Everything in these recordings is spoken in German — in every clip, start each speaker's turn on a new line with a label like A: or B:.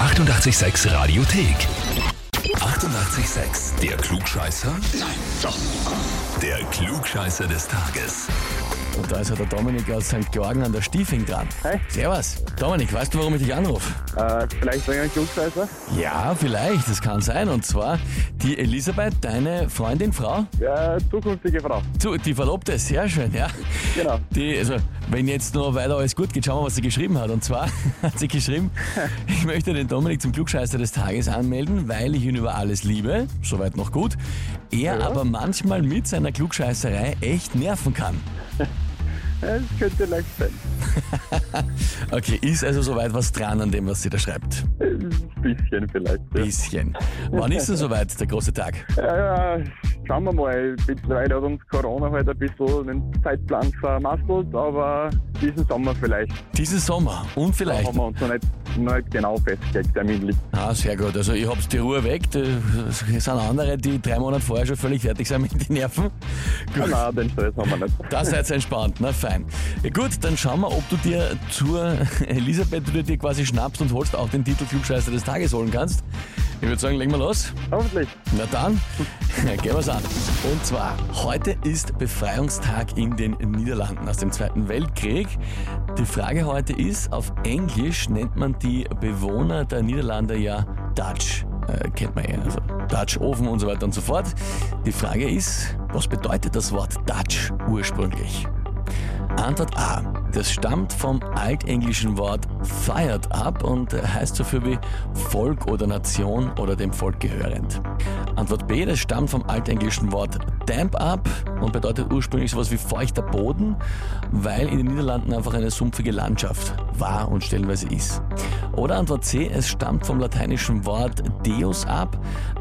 A: 886 Radiothek. 88,6. Der Klugscheißer? Nein, doch. Der Klugscheißer des Tages.
B: Und da ist ja der Dominik aus St. Georgen an der Stiefing dran.
C: Hi.
B: Servus. Dominik, weißt du, warum ich dich anrufe?
C: Äh, vielleicht wegen einem Klugscheißer?
B: Ja, vielleicht, das kann sein. Und zwar die Elisabeth, deine Freundin, Frau,
C: Ja, zukünftige Frau.
B: zu, die Verlobte, sehr schön, ja.
C: Genau.
B: Die, also, wenn jetzt nur weiter alles gut geht, schauen wir, was sie geschrieben hat. Und zwar hat sie geschrieben, ich möchte den Dominik zum Klugscheißer des Tages anmelden, weil ich ihn über alles liebe, soweit noch gut, er aber manchmal mit seiner Klugscheißerei echt nerven kann.
C: Es könnte leicht sein.
B: Okay, ist also soweit was dran an dem, was sie da schreibt.
C: Ein bisschen vielleicht. Ja.
B: Bisschen. Wann ist denn soweit der große Tag?
C: Äh, schauen wir mal. Mittlerweile hat uns Corona halt ein bisschen den Zeitplan vermasselt, aber diesen Sommer vielleicht.
B: Diesen Sommer und
C: Da
B: vielleicht.
C: haben wir uns noch nicht, noch nicht genau festgelegt, terminlich.
B: Ah, sehr gut. Also ich hab's die Ruhe weg. Da sind andere, die drei Monate vorher schon völlig fertig sind mit den Nerven.
C: Ah,
B: Gut.
C: Nein, den Stress haben wir nicht.
B: Da seid ihr entspannt, na fein. Ja, gut, dann schauen wir, ob du dir zur Elisabeth du dir quasi schnappst und holst auch den Titel Klugscheißer des Tages holen kannst. Ich würde sagen, legen wir los.
C: Hoffentlich.
B: Na dann, gehen wir's an. Und zwar, heute ist Befreiungstag in den Niederlanden aus dem Zweiten Weltkrieg. Die Frage heute ist, auf Englisch nennt man die Bewohner der Niederlande ja Dutch. Äh, kennt man ja, also Dutch Ofen und so weiter und so fort. Die Frage ist, was bedeutet das Wort Dutch ursprünglich? Antwort A. Das stammt vom altenglischen Wort fired up und heißt so viel wie Volk oder Nation oder dem Volk gehörend. Antwort B. Das stammt vom altenglischen Wort damp up und bedeutet ursprünglich sowas wie feuchter Boden, weil in den Niederlanden einfach eine sumpfige Landschaft war und stellenweise ist. Oder Antwort C. Es stammt vom lateinischen Wort deus ab,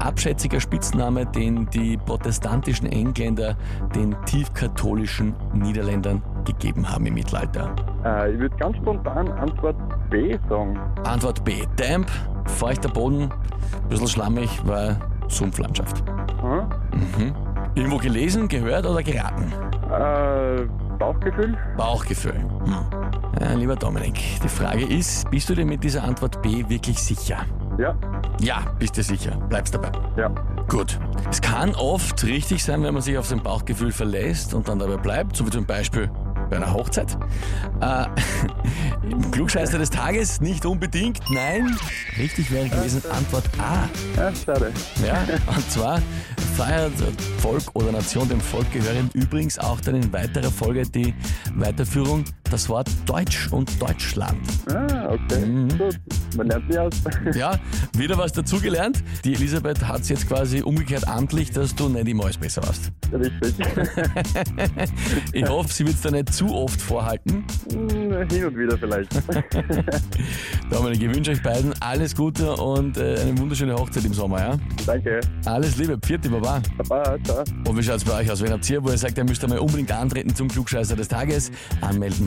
B: abschätziger Spitzname, den die protestantischen Engländer den tiefkatholischen Niederländern gegeben haben im Mittelalter.
C: Äh, ich würde ganz spontan Antwort B sagen.
B: Antwort B. Damp, feuchter Boden, ein bisschen schlammig, weil Sumpflandschaft.
C: Hm?
B: Irgendwo gelesen, gehört oder geraten?
C: Äh, Bauchgefühl?
B: Bauchgefühl. Hm. Ja, lieber Dominik, die Frage ist, bist du dir mit dieser Antwort B wirklich sicher?
C: Ja,
B: Ja, bist du sicher. Bleibst dabei.
C: ja.
B: Gut. Es kann oft richtig sein, wenn man sich auf sein Bauchgefühl verlässt und dann dabei bleibt, so wie zum Beispiel bei einer Hochzeit. Äh, Klugscheißer des Tages nicht unbedingt, nein. Richtig wäre gewesen Antwort A.
C: Ja, schade.
B: Ja, und zwar feiert Volk oder Nation dem Volk gehören übrigens auch dann in weiterer Folge die Weiterführung das Wort Deutsch und Deutschland.
C: Ah, okay.
B: Mhm.
C: Gut. Man lernt nie aus.
B: Ja, wieder was dazugelernt. Die Elisabeth hat es jetzt quasi umgekehrt amtlich, dass du nicht immer alles besser warst.
C: Richtig.
B: Ich hoffe, sie wird es da nicht zu oft vorhalten.
C: Hm, Hin und wieder vielleicht.
B: Dominik, ich wünsche euch beiden alles Gute und äh, eine wunderschöne Hochzeit im Sommer. Ja?
C: Danke.
B: Alles Liebe, Pfiat, Baba.
C: Baba, ciao.
B: Und wie schaut's bei euch aus? Wenn habt ihr, wo ihr sagt, ihr müsst einmal unbedingt antreten zum Klugscheißer des Tages, anmelden